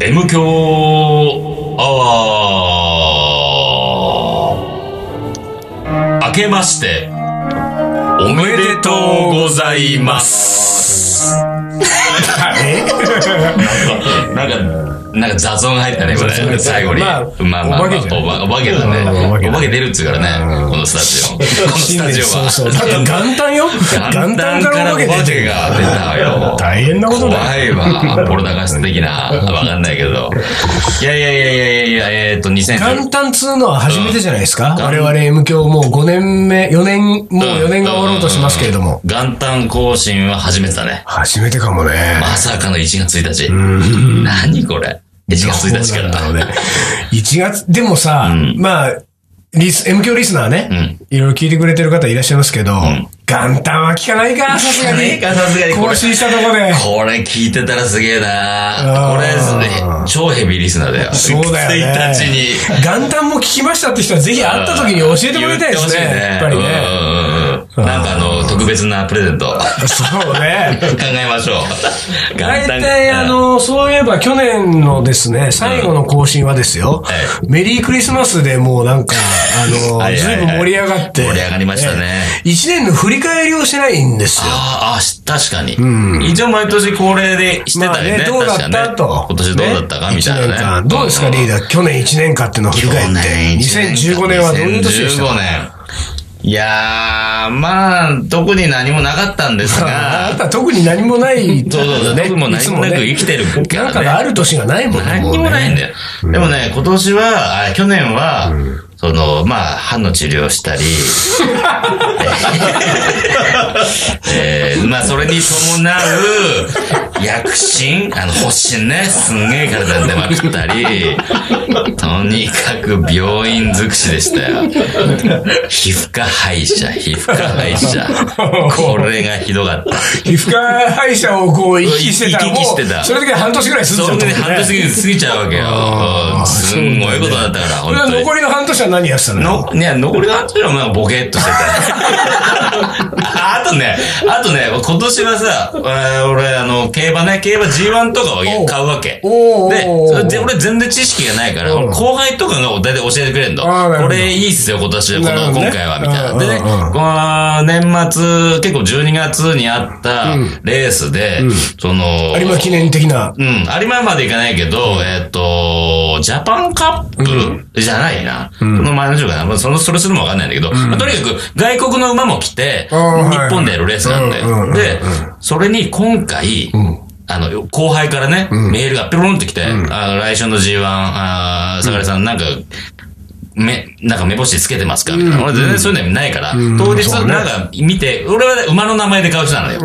M 強アワー明けましておめでとうございますなんかなんか雑音入ったねこ雑音入れった最後にままああまあまあお化けじゃんおばお化けだうんお化けだねお化け出るっつうからねこのスタジオこのスタジオはそうそうだって元旦よ元元旦旦かかららおお化け化出てけるが出たよ大変なことだよ怖いわポルタガス的なわかんないけどいやいやいやいやいやえーっと2000元旦つうのは初めてじゃないですか、うん我々 M 教もう5年目、4年、もう4年が終わろうとしますけれども。元旦更新は初めてだね初めてかもね。まさかの1月1日何これ1月1日からそうなんだろうね。1月、でもさ、んまあ、リス、M 教リスナーね、いろいろ聞いてくれてる方いらっしゃいますけど、元旦は聞かないか、さすがねえに。かさすがにこ更れ新したとこで。これ聞いてたらすげえなあこれー超ヘビーリスナーだよそうだよね。 1日に元旦も聞きましたって人はぜひ会った時に教えてもらいたいですね。やっぱりね。ね。なんかあの、特別なプレゼント。考そう ね。えましょう。大体、あ、の、そういえば去年のですね、最後の更新はですよ、メリークリスマスでもうなんか、あはの、いずはいいはいぶん盛り上がって、盛り上がりましたね。一年の振り返りをしてないんですよ。あーあ、し確かに。一応毎年恒例でしてたよね。どうだっ確かたねと。今年どうだったかみたいね一年な間ね。どうですか、リーダー。去年1年間っていうのを振り去返って。年2015年はどういう年でした2015か年。いやー、まあ、特に何もなかったんですあ なが、た特に何もないそうそうそう、特にもい何つもなく生きてるからなねんかがある年がないもんね。何にもないんだよ。でもね、今年は、あ去年は、その、まあ、歯の治療 したり、えーまあ、それに伴う、薬疹あの、発疹ね、すんげえ体に出まくったり、とにかく病院尽くしでしたよ。皮膚科歯医者、皮膚科歯医者。これがひどか った。皮膚科歯医者をこう行き来してたら、行き来してたもうそれだけで半年ぐらいそ住のんじ時ゃっにたもん半ね。年過ぎ過ぎちゃうわけよ。うんすんごいことだったかこら、本れは当に。残りの半年は何やってたのよの、ね、残りの半年はまあボケっとして た。あとね、あとね、今年はさ、えー俺、あの、競馬ね、競馬 G1 とかをおう買うわけ。おうでおうおう、それで俺全然知識がないから、うん後輩とかが大体教えてくれんの。あーなるほこどれいいっすよ、今年、このなるほどね今回は、みたいな。でね、うんうんうんこの年末、結構12月にあったレースで、その、有馬記念的な。うん、有馬までいかないけど、えっ、と、ジャパンカップ、じゃないな。その前の週かな。まあ、その、それするもわかんないんだけど、まあとにかく外国の馬も来て、あー日本でやるレースなんだよ。はいはいうんうんうんで、それに今回、あの、後輩からね、メールがピロンってきて、あの、来週の G1、あー坂根さんなんか、め、なんか目星つけてますかみたいな。俺全然そういうのないから、当日そうねなんか見て、俺はね馬の名前で買う人なのよ。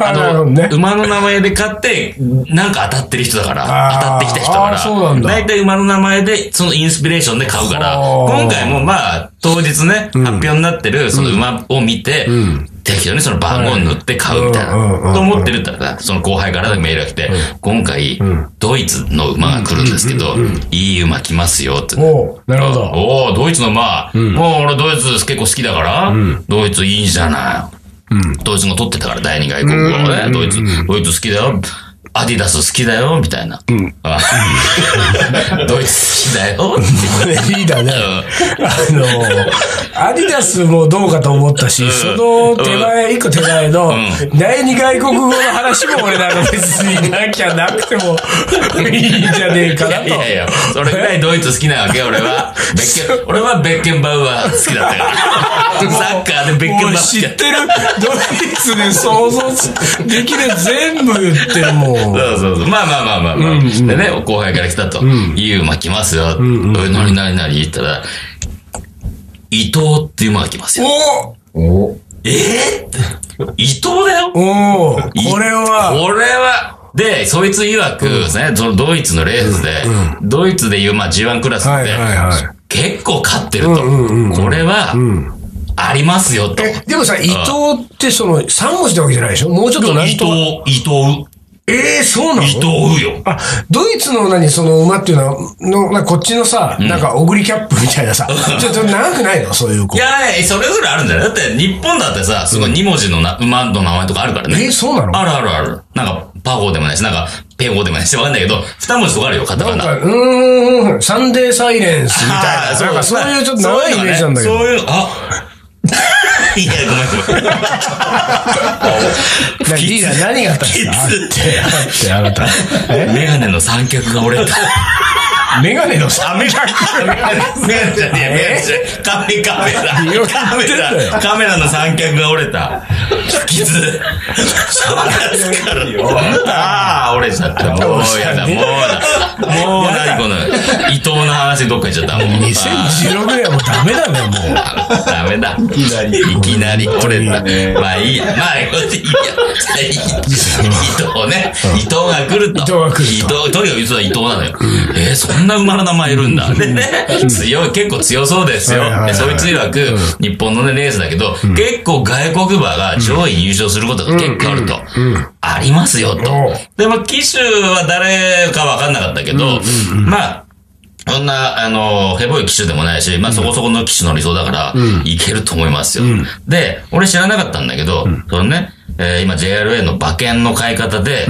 あなるほどの、ね馬の名前で買って、なんか当たってる人だから、あー当たってきた人だかあーら、そうなんだ大体馬の名前で、そのインスピレーションで買うから、はー今回もまあ、当日ね、発表になってる、その馬を見て、適当にその番号を塗って買うみたいな、うんうんうんと思ってるったら、その後輩からメールが来て、今回、ドイツの馬が来るんですけど、いい馬来ますよって。おうなるほど。おおドイツの馬、もう俺ドイツ結構好きだから、ドイツいいじゃない、ドイツが取ってたから第二外国語をね、ドイツ、ドイツ好きだよ。アディダス好きだよ、みたいな。 あドイツ好きだよ。ねリーダーね。うあの、アディダスもどうかと思ったし、その手前、一個手前の、第二外国語の話も俺なんか別になきゃなくてもいいんじゃねえかなと。んいやいや、それぐらいドイツ好きなわけ、俺は。ベッケン俺はベッケンバウアー好きだっ たから。サッカーでベッケンバウアもうー好知きだっったてる、ドイツで想像つできる全部言ってるもん。そうそうそう。まあまあまあまあまあ。でね、後輩から来たと。いい馬来ますよ。え、なになになに言ったら、伊藤っていう馬が来ますよ。おええって。伊藤だよ。おおこれは、これは、で、そいつ曰くですね、そのドイツのレースで、ドイツでいう、まあ G1 クラスって、はいはいは結構勝ってると。これは、ありますよと。でもさ、伊藤ってその3文字ってわけじゃないでしょもうちょっと伊何藤と。、伊藤、ええそうな伊の藤よ。あ、ドイツの何その馬っていうのは、のなこっちのさ、なんかオグリキャップみたいな さ、ちょっと長くないのそういう子。いやいや、それぞれあるんじゃないだって、日本だってさ、すごい2文字のな、馬の名前とかあるからね。えそうなのあるあるある。なんか、パゴでもないし、なんか、ペンゴでもないし、わかんないけど、二文字とかあるよ、カタなカんナ。か、うーん、サンデーサイレンスみたいな。なんかそういうちょっと長いイメージなんだけど。そういうの、あ いや、ごめんごめん。なリーダー何があったんですかあって、あ って、あなた。 えメガネの三脚が折れた。メガネのさ、あ、メガネ、メガネ、メガネじゃねえ、メガネじゃねえ。カメ、カメいろいろラ。カ言ってんだメよラ、カメラの三脚が折れた。傷。正月から。ああ、折れちゃった。もうやだ、もうだ。もうやだ何この、伊藤の話どっか行っちゃった。もう。 2016年はもうダメだね、もう。ダメだ。いきなり。いきなり折れた。まあいいや。まあ、いいや。 伊藤ね。伊藤が来る藤と。伊が来ると藤、とにかく実は伊藤なのよ。えー、そんな馬の名前いるんだ。でね、強い、結構強そうですよはいはいは。いでそいつ曰く、日本のね、レースだけど、結構外国馬が上位に優勝することが結構あると。ありますよ、とおう。で、まあ、騎手は誰かわかんなかったけど、まあ、そんな、あの、ヘボい機種でもないし、まあそこそこの機種の理想だから、いけると思いますよ。で、俺知らなかったんだけど、そのね、えー今 JRA の馬券の買い方で、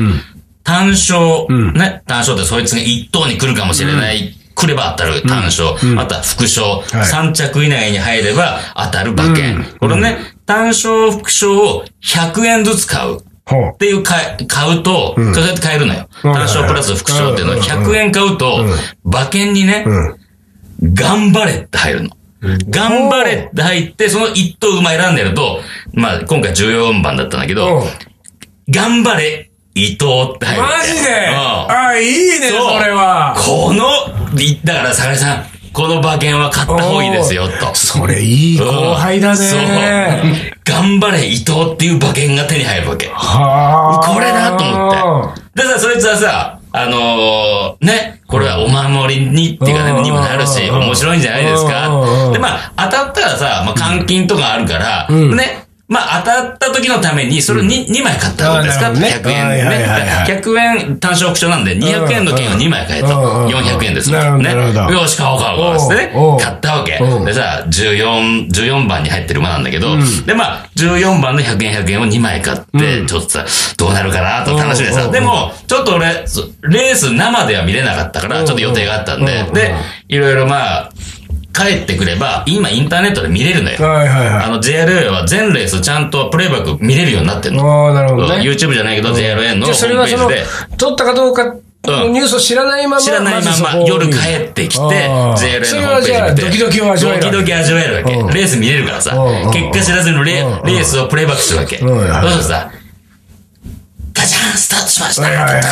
単勝、ね、単勝ってそいつが一等に来るかもしれない、来れば当たる単勝、また副賞、い三着以内に入れば当たる馬券。これね、単勝副賞を100円ずつ買う。ほうっ。ていうか、買うと、そうやって買えるのよ。単勝プラス副賞っていうのは100円買うと、馬券にね、頑張れって入るの。頑張れって入って、その一等馬選んでると、まあ今回14番だったんだけおうど、頑張れ、伊藤って入る。マジでうんあ、いいね、そそうれは。この、いだから、坂井さん、この馬券は買った方がいいですよ、と。それいい後輩だそうね。。頑張れ、伊藤っていう馬券が手に入るわけ。はあ。これだと思って。でさ、そいつはさ、あのー、ね、これはお守りにっていうかうね、んにもなるし、うん面白いんじゃないですうかん。で、まあ、当たったらさ、まあ、監禁とかあるから、んね、まあ、当たった時のために、それを 2, 2枚買ったらどうですか、あーなるほど ?100 ね円はいはいねはいは。い100円単勝オプションなんで、200円の券を2枚買えと。うんうん400円ですもなるほんどね。なるほどよし、買おう買おう買おうっつってねおうおう。買ったわけう。んでさ、14、14番に入ってる馬なんだけど、で、まあ、14番の100円100円を2枚買って、ちょっとさ、どうなるかなと楽しみでうんうんさ、うんでも、ちょっと俺、そレース生では見れなかったから、ちょっと予定があったんうんでうん、で、いろいろまあ、帰ってくれば、今インターネットで見れるのよ。はいはいはいあ。の、JRA は全レースちゃんとプレイバック見れるようになってんの。ああ、なるほどね。 YouTube じゃないけど、JRA のホじゃあそれームはペそージので。、取ったかどうかのニュースを知らないまま、知らないまずそこまを夜帰ってきて、あ JLA のーホームページ見て。それはじゃあドキドキを味わえるわけドキドキ味わえるわけ。うんレース見れるからさうんうん。結果知らずにレうんレースをプレイバックするわけ。そんうはいするとさ、ガチャンスタートしましはいはいはいはい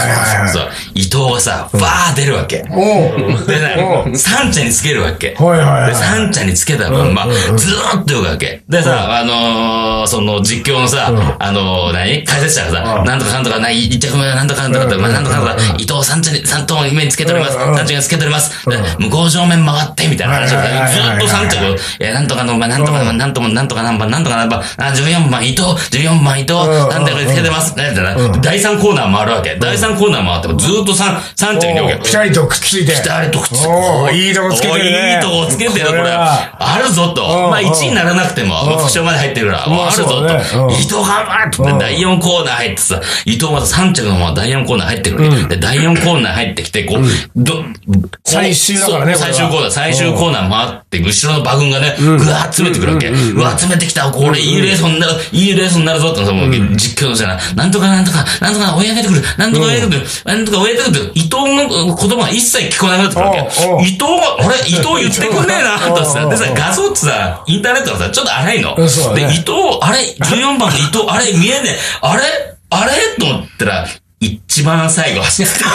たそう伊藤がさ、バー出るわけ。おうでうね、三茶につけるわけ。はいはいはいで、三茶につけた分、まあ、ずーっとよくわけ。でさ、あのー、その実況のさ、あのー、何解説者がうさ、んなんとかなんとか、な、一着目はなんとかなんとかって、まあ、なんとかなんとか、伊藤三茶に、三頭目につけております。うん三茶につけております。で向こう正面回って、みたいな話をはいはいはいずはいーっと三着を、え、なんとかの、まあ、なんとかの、なんとかなんとか何番、なんとか何番、あ、14番伊藤、14番伊藤、んなんとかにつけてます。ねみたいな。第3コーナー回るわけ。第3コーナー回っても、ずーっと三、三着にいるわけ。ピタリとくっついて。あれとくっつけおーいいとこつけてるねおーいいとこつけてる、ここれ。れはあるぞうんと。まあ、1位にならなくても、まあ副賞まで入ってるから、もうあるぞまあそうだとねうん。伊藤頑張れと。うんで第4コーナー入ってさ、伊藤また3着のまま第4コーナー入ってくるわけ。で、第4コーナー入ってきて、こう、ど、こう最終だからねそうこれは最終コーナー、最終コーナー回って、後ろの馬群がね、ぐわー詰めてくるわけ。うわ、詰めてきた、これ、いいレースになる、いいレースになるぞってさ、もう実況の人が、なんとかなんとか、なんとか追い上げてくる、なんとか追い上げてくる、なんとか追い上げてくる、伊藤の言葉が一切聞こえなくなってくるわけ。おうおう伊藤が、あれ伊藤言ってくんねえな、とおうおさ。うでさ、画像ってさ、インターネットがさ、ちょっと荒いの。うんそうだで、ね伊藤、あれ ?14 番の伊藤、あれ見えねえ。あれあれと思ったら、一番最後走ってた。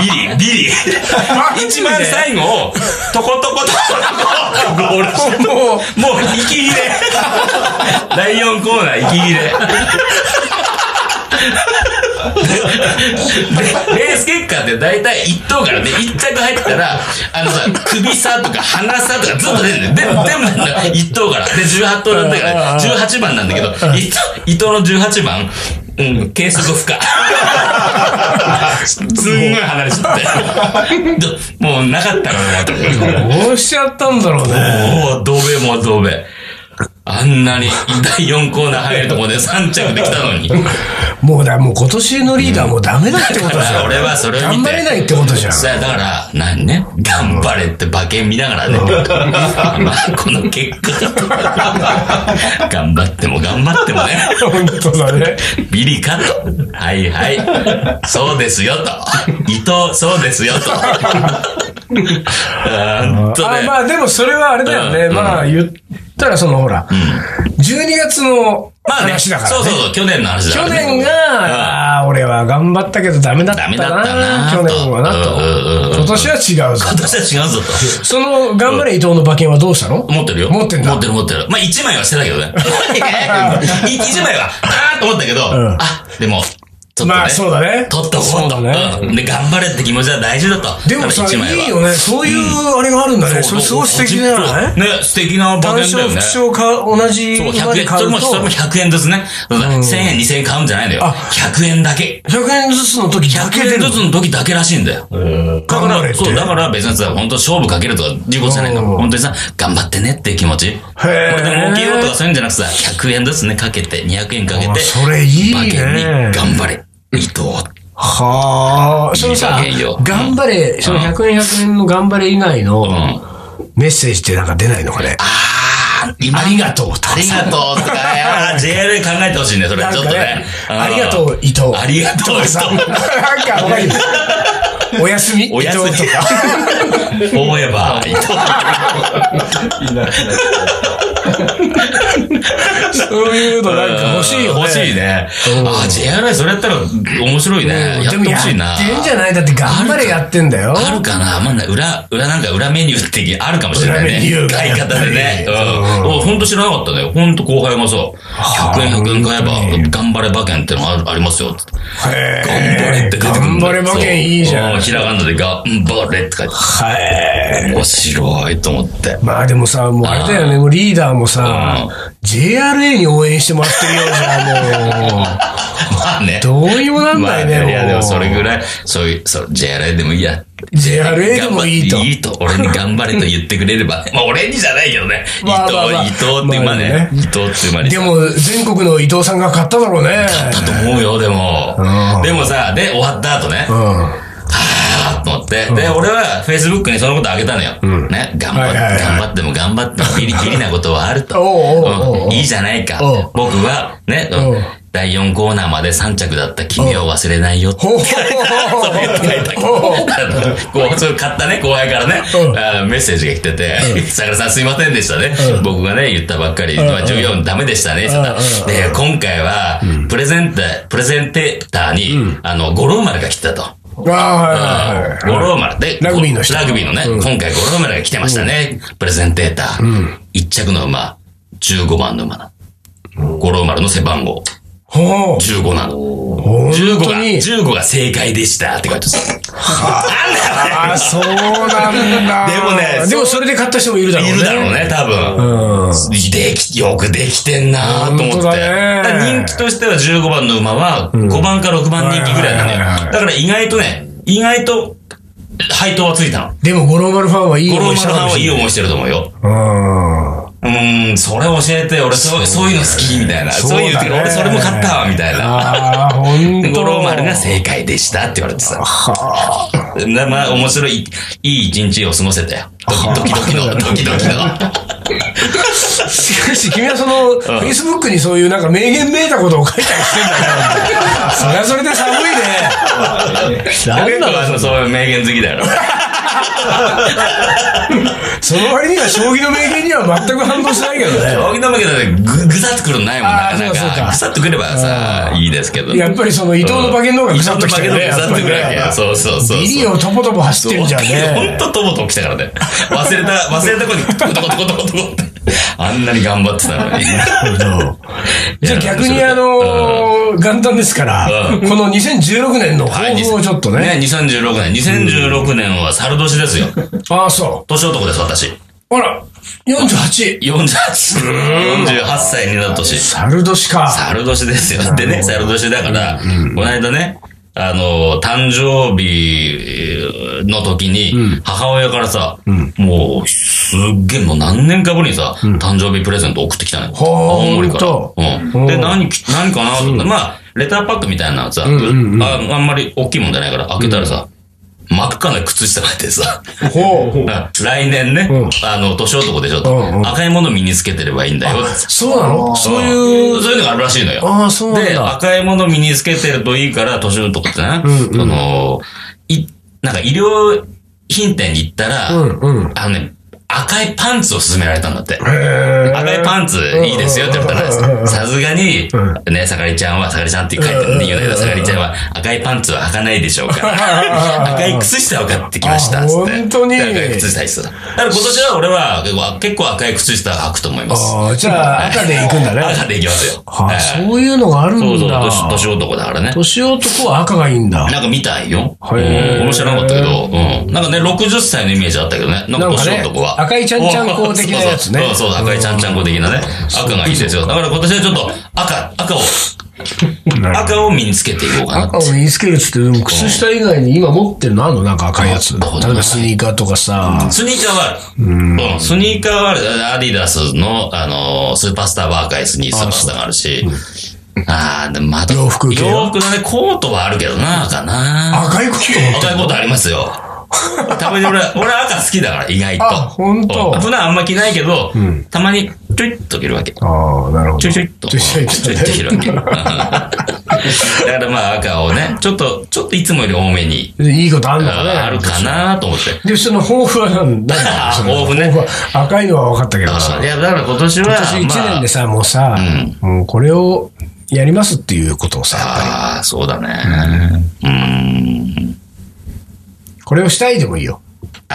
ビリ、ビリ。一番最後を、とことことことこ、 ゴールしてもう、もう、息切れ。第4コーナー、息切れ。でレース結果って大体1等からね、1着入ったら、あのさ、首差とか鼻差とかずっと出るんだよ。でも、でもなんだよ1等から。で、18等なんだから、18番なんだけど、伊藤伊藤の18番、うん、計測不可。すんごい離れちゃって。 どもうなかったのかなと思って。どうしちゃったんだろうね。おお、同米も同米。あんなに第4コーナー入るとこで3着できたのに。もうだ、もう今年のリーダーもうダメだってことじゃん。俺はそれを頑見て。張れないってことじゃん。さあだから、何ね、頑張れって馬券見なが らね、まあ、この結果が頑張っても頑張ってもね、本当だね。ビリかと。はいはい。そうですよと。伊藤、そうですよ と。本当あね。まあでもそれはあれだよね。うんまあ言ったらそのほら、12月のまあね、話だからね。そうそうそう、去年の話だか去らね。年が、ああ、俺は頑張ったけどダメだったな。ダメだったな去年はなと。うんうんうん今年は違うぞ。私は違うぞと。その、頑張れ伊藤の馬券はどうしたの持ってるよ。持ってんだ持ってる持ってる。まあ、一枚はしてた けどね。い一枚は、あーと思ったけど、んあ、でも、ちょっとね。まあそうだね取っとこうと。そうだねうんで、頑張れって気持ちは大事だと。でもさ、だから一枚はいいよね。そういうあれがあるんだね。それすごい素敵だよね。ね、素敵な馬単券だ勝、よ副ね。勝か、同じそう、ま100で円、そ買れうも、と、それも100円ずつね。そうだ1000円、2000円買うんじゃないんだよ。100円だけ。 100円ずつの時だけ100出円るず。つの時だけらしいんだよ。だか頑張れっら、てそう、だから別にさ、本当勝負かけるとか、いうことじゃないの。うん本当にさ、頑張ってねっていう気持ち。こーれで儲けようとかそういうんじゃなくてさ、100円ずつね、かけて、200円かけあて、それいい馬券にね。頑張れ、伊藤。はあ。そのさいい加減よ、頑張れ、その100円100円の頑張れ以外のメッセージってなんか出ないのこれ。あー、今ありがとうとかありがとうとか、 あー JL 考えてほしいね、それ。ちなんょっかとねね。んありがとう伊藤ありがとう、伊藤さ。 なんかわかるおやすみおやすみ伊藤 とか。 フォーエバー、伊藤。そういうのなんか欲しいよね。欲しいね。あー、JRI それやったら面白いね。やっでてもほやっしいな。てんじゃないだって頑張れやってんだよ。あるかなまあ、裏、裏なんか裏メニューってあるかもしれないね。裏メニューが買い方でね。うん。俺ほんと知らなかったね。ほんと後輩もさ、100円100円買えば、頑張れ馬券ってのがあるありますよ。つってへ頑張れって出てくるん頑だ張れ馬券いいじゃ。そうんひらがなで頑張れって書いてあはい。る。面白いと思って。まあでもさ、もうあれだよね、もうリーダーもさ、JRA に応援してもらってるようじゃまあね。ん、もう。どうにもなんないね、まあいや、でもも。そうれぐらい、そういう、そう、JRA でもいいや。 JRA でもいいと頑張っていいと。俺に頑張れと言ってくれれば。まあ、俺にじゃないけどね。伊まあまあまあ藤、伊藤っていう馬まあねね。伊藤っていう馬に。でも、全国の伊藤さんが買っただろうね。だと思うよ、でもう。んでもさ、で、終わった後ね。うはぁーと思って。で、俺は Facebook にそのことあげたのよ。ね。頑張っはいて、はいはい頑張っても頑張っても ギリギリなことはあると。おうおうおうおううんいいじゃないかおう。僕は、ね、うんおう第4コーナーまで3着だった君を忘れないよって。ほうほうそう いうの書いたけどほうこう、そう買ったね、後輩からねう、んあーメッセージが来てて、桜さんすいませんでしたね。僕がね、言ったばっかり、んまあ14ダメでしたね、んうんで、今回は、プレゼンター、プレゼンテーターに、あの、五郎丸が来てたと。ん。ああ、はいはいはい。五郎丸で、ラグビーの人ラグビーのね、今回五郎丸が来てましたね、プレゼンテーター。一着の馬、15番の馬なの。五郎丸の背番号、ほう。 15なの。本15当が、に。 15が正解でしたって書いてた。ああ、そうなんだ。でもねでもそれで買った人もいるだろうね。いるだろうね、多分。でき、よくできてんなと思って。本当だねだから人気としては15番の馬は5番か6番人気ぐらいなのよはいはいはいは。いだから意外とね、意外と配当はついたの。でも、五郎丸ファンはいい五郎思い丸しさたかんもはいしいれない。思いしてると思うよ。うん。うーん、それ教えて、俺そうそういうの好き、みたいな。そういう、だね俺それも買ったわ、みたいな。ああ、ほんと。五郎丸 が正解でしたって言われてさ。なまあ、面白い、いい一日を過ごせたよ。ドキドキの、ドキドキ の。しかし、君はその、フェイスブックにそういうなんか名言めいたことを書いたりしてんだから、それはそれで寒いね。ダメだのそういう名言好きだ よ。その割には将棋の名言には全く反応しないけどね。大木の負けだってぐ、ぐさっとくるのないもんなあーかそうなかそうか。かぐさっとくればさ、いいですけど。やっぱりその伊藤の馬券の方がぐさっときたよね。伊藤の馬券の方がぐさっとくやっぱりるわけねそうそうそうそう。ビリをトポトポ走ってるじゃんほんね。ととぼとぼ来たからね。忘れた、忘れた子に、トコトコトコトコトコって。あんなに頑張ってたのに。じゃあ逆にあうんのー、元旦ですから、うこの2016年の 抱負をちょっとね。ね、2016年。2016年は猿年ですよ。ああ、そ年男です、私。う。あら、48。 48。48歳になる年。猿年か。猿年ですよ。でね、猿年だから、この間ね、あの、誕生日の時に、母親からさ、もう、すっげえ、もう何年かぶりにさ、誕生日プレゼント送ってきたのよ。ほー青森かほら。うん。で、何き、何かなと思って、まあ、レターパックみたいなのさ、ああんまり大きいもんじゃないから、開けたらさ、真っ赤な靴下が入ってさ、ほう。 来年ね、あの、年男でしょうんうと。ん赤いもの身につけてればいいんだよ。そうなのそういう。いう、そういうのがあるらしいのよ。ああ、そうなんで、だ。赤いもの身につけてるといいから、年のとこってね、その、い、なんか医療品店に行ったら、うんうん。あのね、赤いパンツを勧められたんだって。へ赤いパンツいいですよって言ったうら、んさすがに、ね、さかりちゃんは、さかりちゃんって書いてるんで言うんだけど、さかりちゃんは赤いパンツは履かないでしょ うから、赤い靴下を買ってきました、あつって。本当にで赤い靴下にした。だから今年は俺は結構結構赤い靴下履くと思います。ああ、じゃあ、赤で行くんだね。赤でいきますよ。あはいあ、そういうのがあるんだ。そうそう、年年男だからね。年男は赤がいいんだ。なんか見たいよ。うんへー俺も知らなかったけど、うん。なんかね、60歳のイメージあったけどね。なんか年男なんかは。ね赤いちゃんちゃんこ的なやつねそうそうそうそう、赤いちゃんちゃんこ的なね。赤がいいですよ。だから今年はちょっと赤、赤を、赤を身につけていこうかなって赤を身につけるっつって、でも靴下以外に今持ってるのあんのなんか赤いやつ。例えばスニーカーとかさ。スニーカーはある。うん。スニーカーはある。アディダスの、あのースーパースターバーカイスにスーパースターがあるし。ああ、でもまた。洋服系は洋服のね、コートはあるけどな、かな。赤いこと赤いコートありますよ。たまに 俺、俺赤好きだから、意外と。あほんとうん普段あんま着ないけど、たまに、ちょいっと着るわけ。ああ、なるほど。ちょいちょいっと。ちょいちょいっとねちょいちょいっと 着るわけ。だからまあ赤をね、ちょっと、ちょっといつもより多めに、いいことあんのかね。あるかなと思って。で、その抱負は何だあー抱負ね赤いのは分かったけどあさー。いや、だから今年は、 私一年でまさ、もうさ、もうこれをやりますっていうことをさ、やっぱりあ、あーそうだね。うん。これをしたいでもいいよ。あ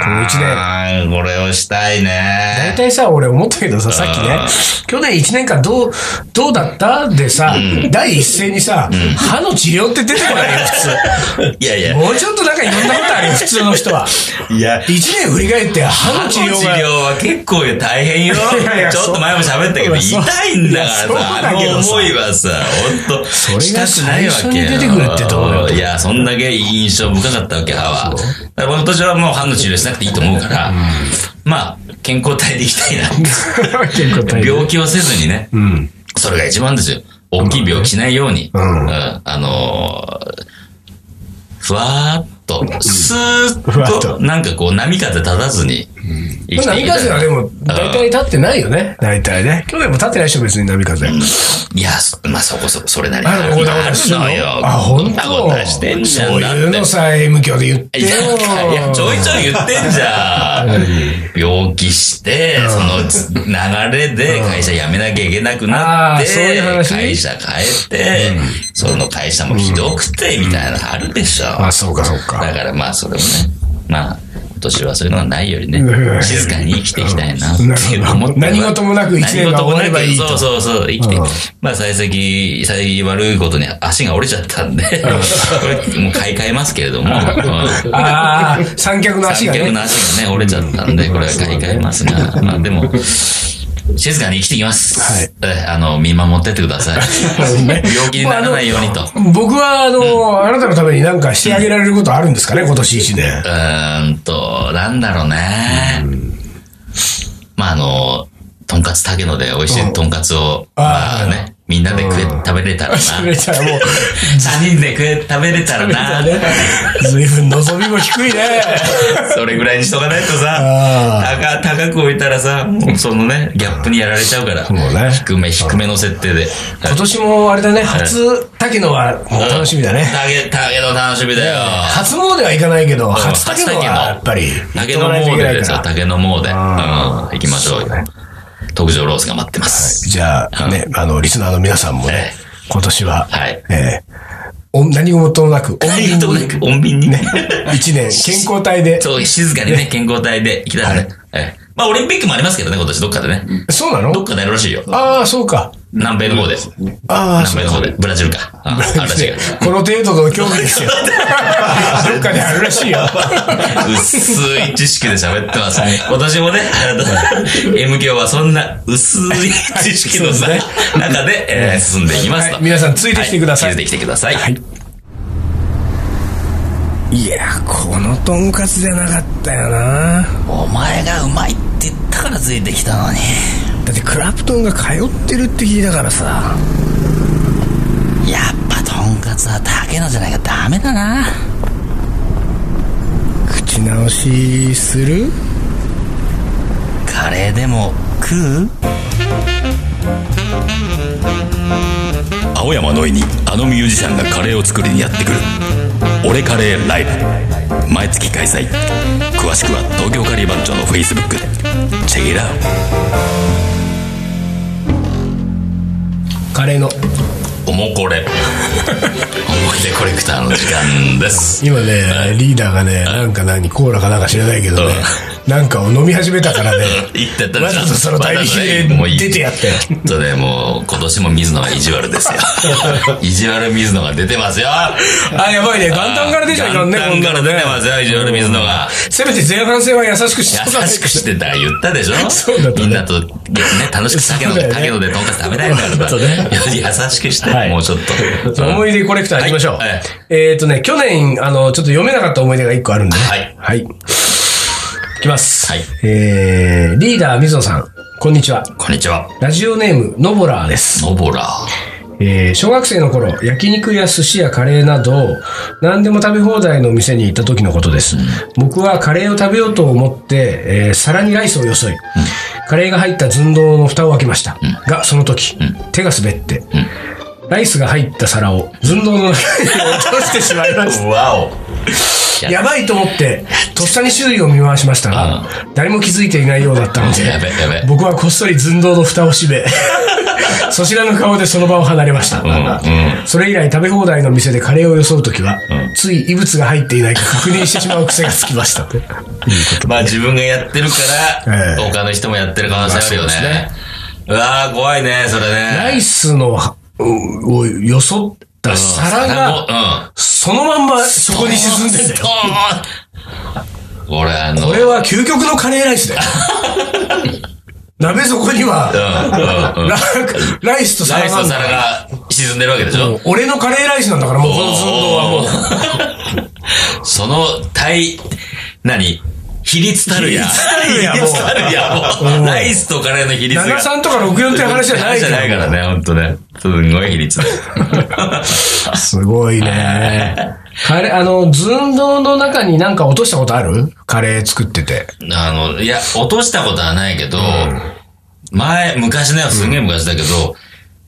あ。この一年。これをしたい大ね。体さ、俺思ったけどさ、さっきねあ、去年1年間どう、どうだったでさ、第一声にさ、歯の治療って出てこないよ、 いやい普通。や。もうちょっとなんかいろんなことあるよ、普通の人は。いや、 1年振り返って歯の治療が。 は結構大変よ。いやいやちょっと前も喋ったけど、そう痛いんだからいやそうさ、あだけのどさ思いはさ、ほんと、それしたがくないわけよ。最初に出てくるってどうよいや、そんだけ印象深かったわけ、歯は。だから私はもう歯の治療しなくていいと思うから、まあ、健康体でいきたいな。健康体病気をせずにね、うん。それが一番ですよ。大きい病気しないように、うんうんあのーふわーっと、スーふわッっと、となんかこう、波風立たずに、生まあきて波いきたい風はでも、大体立ってないよね。大体ね。去年も立ってない人別に波風。いや、そまあ、そこそこ、それなりにあるるごだごだしてんののよ。あ、本当ごだごだしてんじゃん。そういうだのってさ、M 教で言っていよ。や、いやちょいちょい言ってんじゃん。病気して、そのつ流れで会社辞めなきゃいけなくなっあーそういてう、話会社変えて、その会社もひどくて、みたいなのあるでしょ。あ、そうか、そうか。だからまあ、それもね、まあ、今年はそういうのがないよりねう、ん静かに生きていきたいなっていうのを思ってます。何事もなく一年が終わればいいと何事もなくそうそうそう、生きてうん。まあ、最先、最悪いことに足が折れちゃったんで、 これもう買い替えますけれども、うんああ、三脚の足三が脚ね。の足がね、折れちゃったんで、これは買い替えます が、まあでも、静かに生きていきます。はいえあの、見守ってってください。 病気にならないようにと。僕は、あの、あなたのために何かしてあげられることあるんですかね、今年一年。うーんと、なんだろうね。まあ、あの、とんかつ竹野で美味しいとんかつを、まあね、みんなで食え、 食べれたらな。それじゃあもう、 3人で食え、食べれたらな。随分望みも低いね。それぐらいにしとかないとあさ、高、高く置いたらさ、もうそのね、ギャップにやられちゃうから。うね低め、低めの設定で。今年もあれだね、初竹野は楽しみだね。竹、竹野楽しみだよ。初詣はいかないけど、初竹野はやっぱり、竹行っとかのないとい詣けないでですよ、から竹の詣で。うん、あー行きましょうよそうね。特上ロースが待ってます。じゃあね、あの、リスナーの皆さんもね、今年は、はいえーお何事もなく、穏 何便事もになく、穏便にね。一年、健康体で。 そう、静かにね、健康体で行きたいね。ええまあ、オリンピックもありますけどね、今年どっかでね。そうなどっのかでやるらしいよ。ああ、そうか。南米の方で。ああ、南そう米の方で。ブラジルか。あ、あらしい。 この程度の競技ですよ。 どっかであるら しいよ。薄い知識で喋ってます。今年もね、あの M 教はそんな薄い知識のそさうで、中でえー進んでいきますはとい。皆さんついてきてくださいはいついてきてください。いやこのとんかつじゃなかったよなお前がうまいって言ったからついてきたのにだってクラプトンが通ってるって聞いたからさやっぱとんかつは竹野じゃないかダメだな口直しするカレーでも食う青山のいにあのミュージシャンがカレーを作りにやってくる「俺カレーライブ」毎月開催詳しくは東京カリー番長のフェイスブックでチェックイラカレーのおもこれ思い出コレクターの時間です今ね、リーダーがね、なんか何、コーラかなんか知らないけどね、なんかを飲み始めたから ね、言ってたわざとそのタイミングで出てやったよちょっとね、もう、今年も水野が意地 悪ですよ。意地悪水野が出てますよ。あ、やばいね、元旦から出ちゃいかんね、元旦から出てますよ、意地悪水野が。せめて前半戦は優しくして優しくしてた、言ったでしょそうだったねみんなと、ね、楽しく酒飲んそで、うだよね竹野でとんかつ食べないんだから、そうだね優しくして、はいもうちょっと。思い出コレクター行きましょう。はいはいえっ、とね、去年、あの、ちょっと読めなかった思い出が一個あるんで、ね。はいはい。いきます。はいえー、リーダー水野さん、こんにちは。こんにちは。ラジオネーム、ノボラーです。ノボラえー小学生の頃、焼肉や寿司やカレーなど、何でも食べ放題のお店に行った時のことです。僕はカレーを食べようと思って、えー皿にライスをよそい、カレーが入った寸胴の蓋を開けました。が、その時、手が滑って、ライスが入った皿を寸胴の中に落としてしまいま した。ー。わお。やばいと思って、とっさに周囲を見回しましたが、誰も気づいていないようだったのでやべやべ、僕はこっそり寸胴の蓋を閉 め、そちらの顔でその場を離れました。うん、うん。それ以来食べ放題の店でカレーを装うときは、つい異物が入っていないか確認してしまう癖がつきま した。まあ自分がやってるかえら、え他の人もやってる可能性あるよまあそうですねね。うわー、怖いね、それね。ライスの、うんをよそった皿が、が、そのまんまそこうん。に沈んでんだ よ。ドーン俺あの、これは究極のカレーライスだ よ。鍋底には、うん、うん、うん。ラライスとライ皿なんだスの皿が沈んでるわけでしもょう俺のカレーライスなんだから、もうこの寸胴はもう。う。 その、対、何比率たるや。比率たるやもう比率たるやもううんライスとカレーの比率が。 73とか64って話じゃない じゃないからね、ほんとね。すんごい比率だ。すごいね。 カレー、あの、寸胴の中になんか落としたことあるカレー作ってて。あの、いや、落としたことはないけど、前、昔ね、すんげえ昔だけど、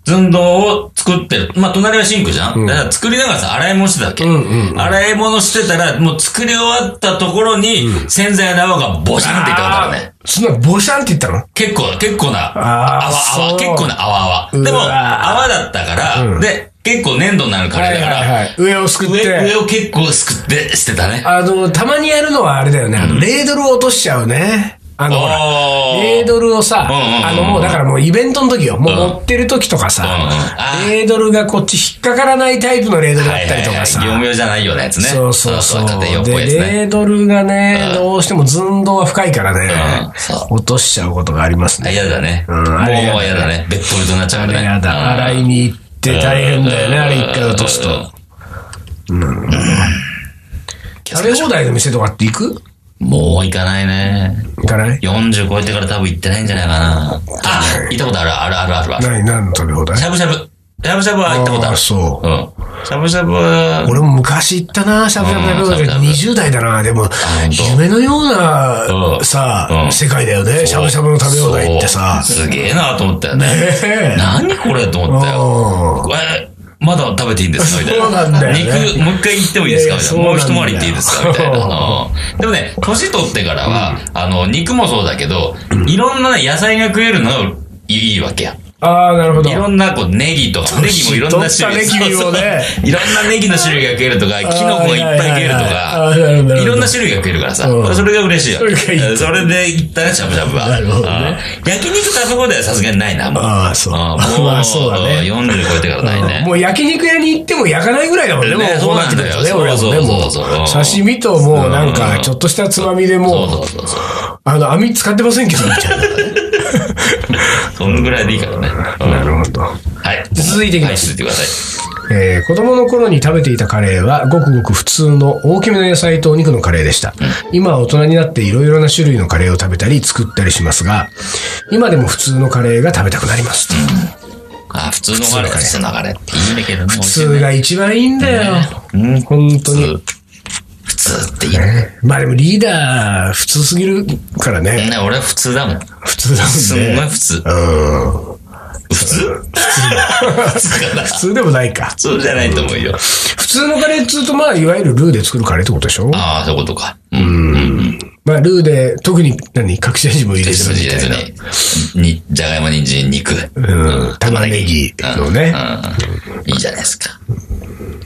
寸胴を作ってる。まあ、隣はシンクじゃん、だから作りながらさ、洗い物してたわけ、んうん洗い物してたら、もう作り終わったところに、洗剤の泡がボシャンっていったことあるね。そんな、ボシャンって言ったの結構、結構な、あー泡、そう泡、結構な泡泡。うわーでも、泡だったから、で、結構粘土になるカレーだから、い。上をすくっ上、て。上を結構すくってしてたね。あの、たまにやるのはあれだよね。あの、レードルを落としちゃうね。あの、ほら。おーレードルをさ、うんうんうんうんあの、もうだからもうイベントの時よ。もう持ってる時とかさうんうんあ、ーレードルがこっち引っかからないタイプのレードルだったりとかさはい。はいはい業務用じゃないようなやつね。そうそうそう。家庭用っぽいで、やつね。レードルがね、どうしても寸胴は深いからうんねそ、落としちゃうことがありますあ、ね。嫌だね。うんもうあれやだね嫌だね。ベッドルとなっちゃうね。やうだ。ん洗いに行って大変だよね、うんあれ一回落とすうとん。食べ放題の店とかって行くもう行かないね。行かない40超えてから多分行ってないんじゃないかな。あ、行ったことある、あるあるあるわ。何、何の食べ放題しゃぶしゃぶ。しゃぶしゃぶは行ったことあある。そう。うん。しゃぶしゃぶは、俺も昔行ったな、しゃぶしゃぶだけどうんしゃぶしゃぶ20代だな、でも本、当夢のようう、なんうさん、世界だよね、しゃぶしゃぶの食べ放題ってさ。そうすげえなと思ったよね。ねえ何これと思ったよ。うんえまだ食べていいんですかみたいな。そうなんだよね肉、もう一回行ってもいいですかみたいな。いやもいうや一そうなんだよ回り行っていいですかみたいな。うんでもね、年取ってからは、あの、肉もそうだけど、いろんなね野菜が食えるのがいいわけや。ああ、なるほどい。ろんな、こう、ネギとか、ネギもいろんな種類。取ったネギをねそうそういろんなネギの種類が食えるとか、キノコがいっぱい食えるとあーはいはいはいあーなるほどなるほか、どいろんな種類が食えるからさう、んそれが嬉しいよ。それがいいそれでいったね、しゃぶしゃぶは。なるほどねうん焼肉食べ放題はさすがにないな、もう。ああ、そう。うんもまあ、そうだね。 40超えてからないね。もう焼肉屋に行っても焼かないぐらいだもんね、もねうこうなってくるとね、そう俺なんだよもね、もそうそうそうう。そう刺身ともうなんか、ちょっとしたつまみでそうも、そううそうそう。あの、網使ってませんけど、みたいな。そのぐらいでいいからね。うんなるほど。はい。続いていきますはい、続いてください。えー子供の頃に食べていたカレーはごくごく普通の大きめの野菜とお肉のカレーでした。今は大人になっていろいろな種類のカレーを食べたり作ったりしますが、今でも普通のカレーが食べたくなります。あ、普通の流れ、普通の流れっていいんだけどね。普普通が一番いいんだよ。うん本当に。普通。普通っていいね。まあでもリーダー、普通すぎるからね。ね俺は普通だもん。普通だすもんんごいね。普通。うん。普通普通かな普通でもないか。普通じゃないと思うよ。普通のカレーっつうと、まあ、いわゆるルーで作るカレーってことでしょああ、そういうことか。うん。まあ、ルーで、特に、何、隠し味も入れ手てる筋みた入れいずな。に、に、じゃがいも、人参、肉。うん。玉ねぎのね。うん。いいじゃないですか。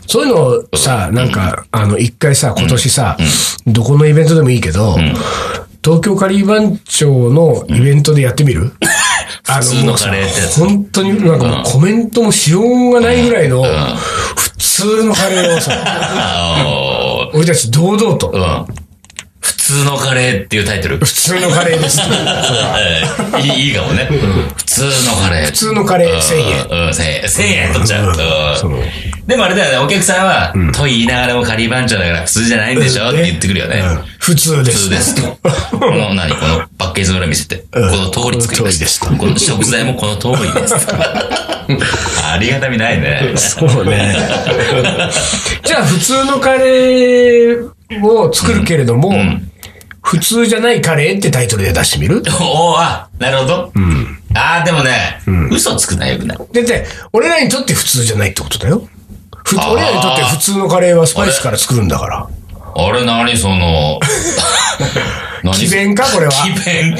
そういうのをさ、なんか、あの、一回さ、今年さ、どこのイベントでもいいけど、東京カリー番長のイベントでやってみるあ 普通のカレーってやつもうさ本当になんかもうコメントもしようがないぐらいの、普通のカレーをさ、 あ俺たち堂々と、のーうん。普通のカレーっていうタイトル。普通のカレーです。うんいい、いいかもね。普通のカレー。普普通のカレー1000円。うん、1000円。1000円取っちゃう。そううんでもあれだよね、お客さんは、と言いながらも仮番長だから普通じゃないんでしょって言ってくるよね。うん普通で普通す。ですと。この、何このパッケージの裏見せて。この通り作りました。この食材もこの通りですと。ありがたみないね。そうね。 じゃあ、普通のカレーを作るけれども、普通じゃないカレーってタイトルで出してみるおおあ、なるほど。ああ、でもね、嘘つくなよくない。だって、俺らにとって普通じゃないってことだよ。ふあー俺らにとって普通のカレーはスパイスから作るんだから。あれ、何そ の、何詭弁かこれは 詭弁。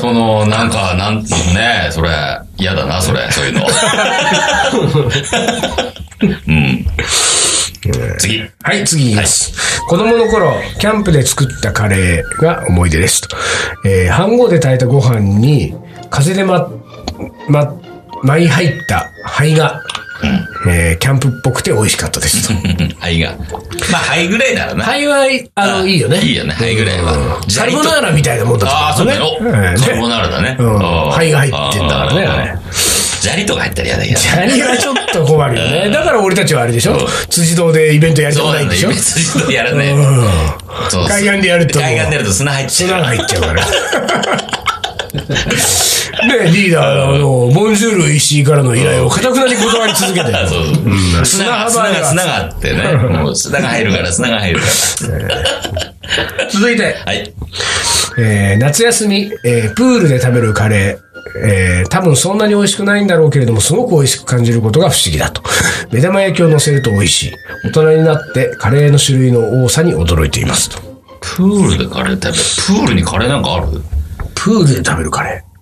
その、なんか、なんつうのね、それ、嫌だな、それ、そういうの。 うん。次。 はい、次いきます。子供の頃、キャンプで作ったカレーが思い出ですと。えー、飯盒で炊いたご飯に、風でま、ま、舞い入った灰が、えーキャンプっぽくて美味しかったですと。灰が。まあ、灰ぐらいならな。灰は、あの、いいよね。いいよね、灰ぐらいは。ジカャルリとボナーラみたいなもんだああ、そうだよ。ええカルボナーラだね。うんあー灰が入ってんだからねあーあれジャリとか入ったら嫌だけど。あれ はちょっと困るよね。だから俺たちはあれでしょ辻堂でイベントやりたそくうなないんんでだしよ。ょ別にやらねうえ。ん。そう海岸でやると海岸でやると砂入っち砂ゃう。が入っちゃうから。 ねリーダー、あの、ボンジュール石井からの依頼をかたくなに断り続けてる。あ そう砂が、砂砂浜が、が砂があってね。もう砂が入るから、砂が入るか続いて、ら。はい。えー夏休み、えープールで食べるカレー。えー多分そんなに美味しくないんだろうけれども、すごく美味しく感じることが不思議だと。 目玉焼きを乗せると美味しい。大人になってカレーの種類の多さに驚いていますと。プールでカレー食べる。プールにカレーなんかあるプールで食べるカレー。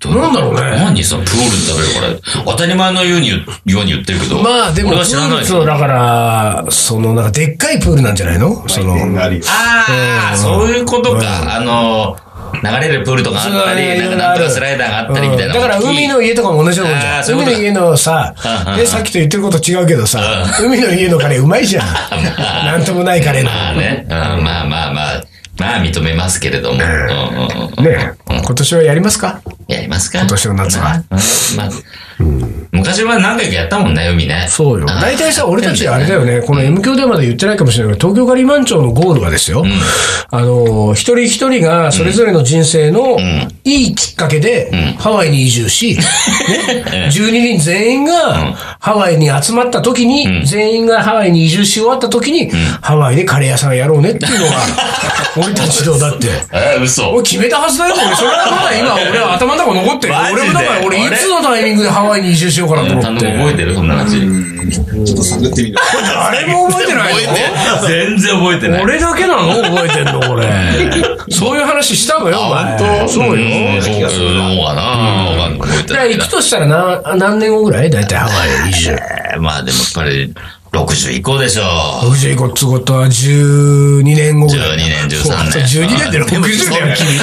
どなんだろうね何そのプールで食べるカレー。当たり前のように言うように言ってるけど。まあでも、プ俺は知らーないルでそよう、だから、その、なんか、でっかいプールなんじゃないのその、点がありああ、そういうことか。あの、流れるプールとかあったり、なんかなんとかスライダーがあったりみたいな。だから、海の家とかも同じようなもんじゃあんー。そういうこ海とのだ家のさうんうん、うね、んさっきと言ってること違うけどさ、海の家のカレーうまいじ ゃん。なんともないカレーまなあの。ね。うんまあまあまあ。まあ認めますけれども。うんうんうんね今年はやりますかやりますか今年の夏はうんまあ昔は何回かやったもんね、海ね。そうよ。あー大体さ、俺たちあれだよね、この M 教ではまだ言ってないかもしれないけど、東京ガリマン町のゴールはですよ、あの、一人一人がそれぞれの人生のいいきっかけで、ハワイに移住 し、ね、12人全員がハワイに集まった時に、全員がハワイに移住し終わった時に、ハワイでカレー屋さんやろうねっていう のが、俺たちのだって。えー、嘘。俺決めたはずだよ、俺。それはまだ今、俺は頭の中残ってる。マジで俺もだから、俺いつのタイミングでハワイに移住しようかなと頼思っむて。覚えてるそんな話。ちょっと探ってみる。誰も覚えてない覚のえて全然覚えてない。俺だけなの覚えてんのこれ。そういう話したのよ、お前。本当そうよ。んそうそうかな。わかんない覚えてじゃなあい行なく。としたら何何年後ぐらい大体ハワイ移住。えーまあでもやっぱり60以降でしょう。 60行こうってことは12年後ぐら12い。年、13そう年。 12年で60だよ、 君。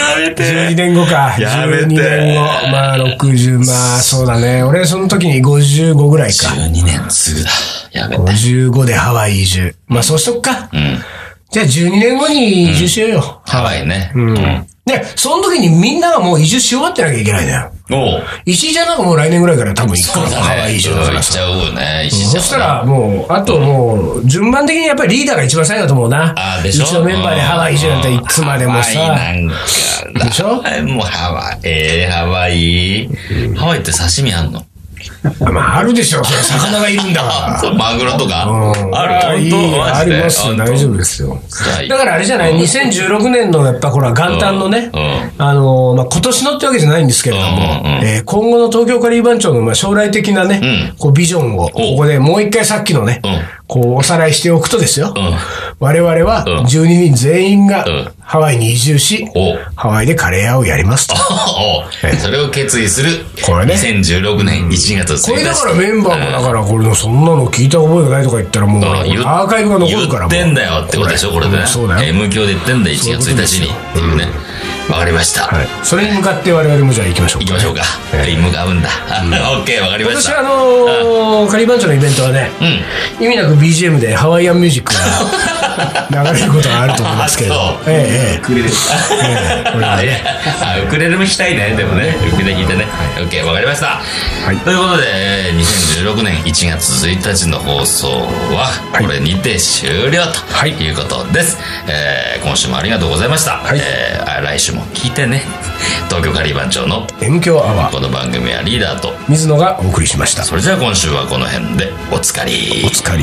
やめ12。年後か。やめて12年後。まあ60、まあそうだね。俺その時に55ぐらいか。 12年すぐだ。やめて。 55でハワイ移住。まあそうしとくか。うん。じゃあ12年後に移住しようよ。ハワイね。うん。で、その時にみんながもう移住し終わってなきゃいけないんだよ。おう。石井ちゃんなんかもう来年ぐらいから多分行くから、ハワイ以上だか行らっちさ。ゃおうね。石井そちゃんはねしたら、もう、あともう、順番的にやっぱりリーダーが一番最後だと思うな。あーでしょうちのメンバーでハワイ以上なんていつまでもさ。ハワイなんか。でしょもうハワイ、えー、ハワイ。ハワイって刺身あんのまあ、あるでしょ、それ魚がいるんだかあ、そうマグロとから。 あるいい本当マあジでりますよ、本当大丈夫ですよ。はいだからあれじゃない、2016年のやっぱほら、元旦のねうんうん、あのー、まあ、今年のってわけじゃないんですけれどもうんうんう、んえー今後の東京カリー番長のまあ将来的なね、こうビジョンを、ここでもう一回さっきのねうん、こうおさらいしておくとですよん、我々はうん12人全員がんハワイに移住しお、 ハワイでカレー屋をやりますと。おうそれを決意する。これね2016年1月1日。これだからメンバーもだからこれのそんなの聞いた覚えがないとか言ったらもうあ言っアーカイブが残るからもう言ってんだよってことでしょ、これでうね。んそうだよ M 教で言ってんだよ、1月1日に。っていうね。わかりました。はいそれに向かって我々もじゃあ行きましょう行きましょうか。はい向かうんだ。 オッケー、わかりまし私た。はあのー、カリバンチョのイベントはね、意味なく BGM でハワイアンミュージックが流れることがあると思いますけれど あそうえええくれる。あいやあウクレレも弾きたいねでもねウクレレ弾いてね OK わかりました、いということでえー2016年1月1日の放送はこれにて終了ということです、えー今週もありがとうございました、いえーあ来週も聞いてね東京カリー番長のえ M 強アワーこの番組はリーダーと水野がお送りしましたそれじゃあ今週はこの辺でおつかりお疲れ